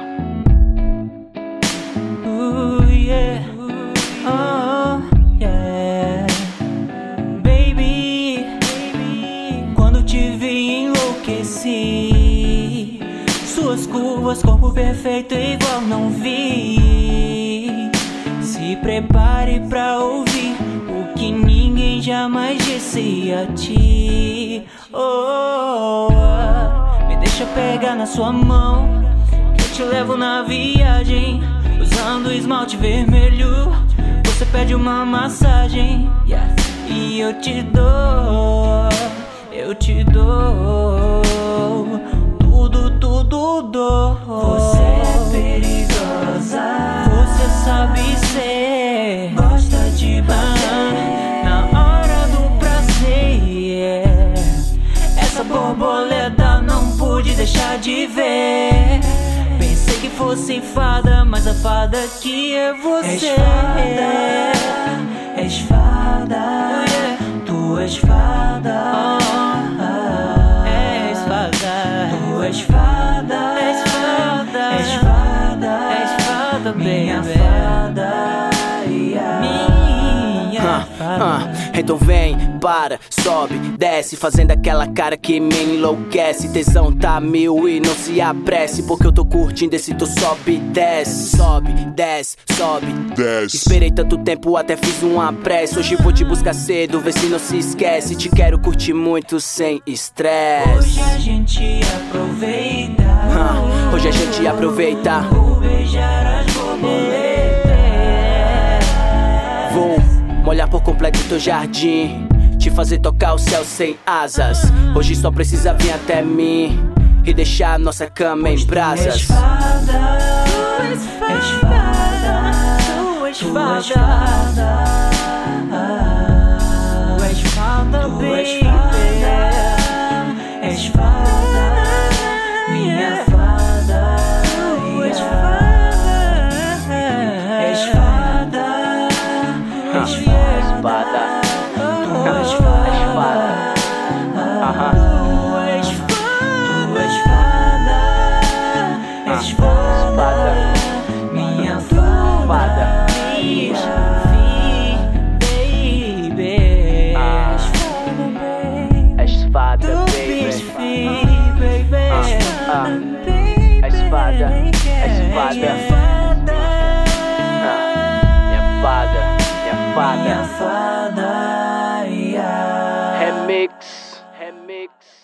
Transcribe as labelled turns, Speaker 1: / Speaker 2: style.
Speaker 1: Oh, curvas, corpo perfeito igual não vi. Se prepare pra ouvir o que ninguém jamais disse a ti. Oh, ah, me deixa pegar na sua mão, que eu te levo na viagem. Usando esmalte vermelho, você pede uma massagem. yeah, E eu te dou, eu te dou. Tudo, tudo dou. Você é perigosa. Você sabe ser. Gosta de bater. Na hora do prazer. yeah. Essa borboleta não pude deixar de ver. Pensei que fosse fada, mas a fada que é você. És fada, és fada, tu é és fada. És fada, tu és fada, és fada, és fada, és fada, minha fada, minha
Speaker 2: Ah,
Speaker 1: fada.
Speaker 2: ah, Então vem, para, sobe, desce Fazendo aquela cara que me enlouquece Tesão tá mil e não se apresse Porque eu tô curtindo esse tu sobe, e desce Sobe, desce, sobe,
Speaker 3: desce,
Speaker 2: Esperei tanto tempo, até fiz uma pressa. Hoje vou te buscar cedo, vê se não se esquece. Te quero curtir muito sem
Speaker 1: Hoje
Speaker 2: estresse.
Speaker 1: a gente aproveita.
Speaker 2: Ah, Hoje a gente aproveita.
Speaker 1: Vou beijar as borboletas.
Speaker 2: Vou molhar por completo teu jardim. Te fazer tocar o céu sem asas. Hoje só precisa vir até mim e deixar nossa cama em brasas.
Speaker 1: Espada, tu és fada, tu és fada, tu és fada, tu és fada, és fada, minha fada, tu és fada, és fada, és fada,
Speaker 2: Espada.
Speaker 1: tu és fada.
Speaker 2: Aham.
Speaker 1: Tu és fada, tu
Speaker 2: Ah,
Speaker 1: és fada, és fada,
Speaker 2: Ah,
Speaker 1: minha fada, minha baby,
Speaker 2: Ah.
Speaker 1: és fada, baby,
Speaker 2: Espada,
Speaker 1: tu és
Speaker 2: baby.
Speaker 1: fada, baby, és
Speaker 2: Ah.
Speaker 1: fada, baby,
Speaker 2: És fada,
Speaker 1: minha
Speaker 2: és fada.
Speaker 1: fada,
Speaker 2: Minha fada, minha
Speaker 1: minha
Speaker 2: fada.
Speaker 1: fada, yeah.
Speaker 2: Remix, remix.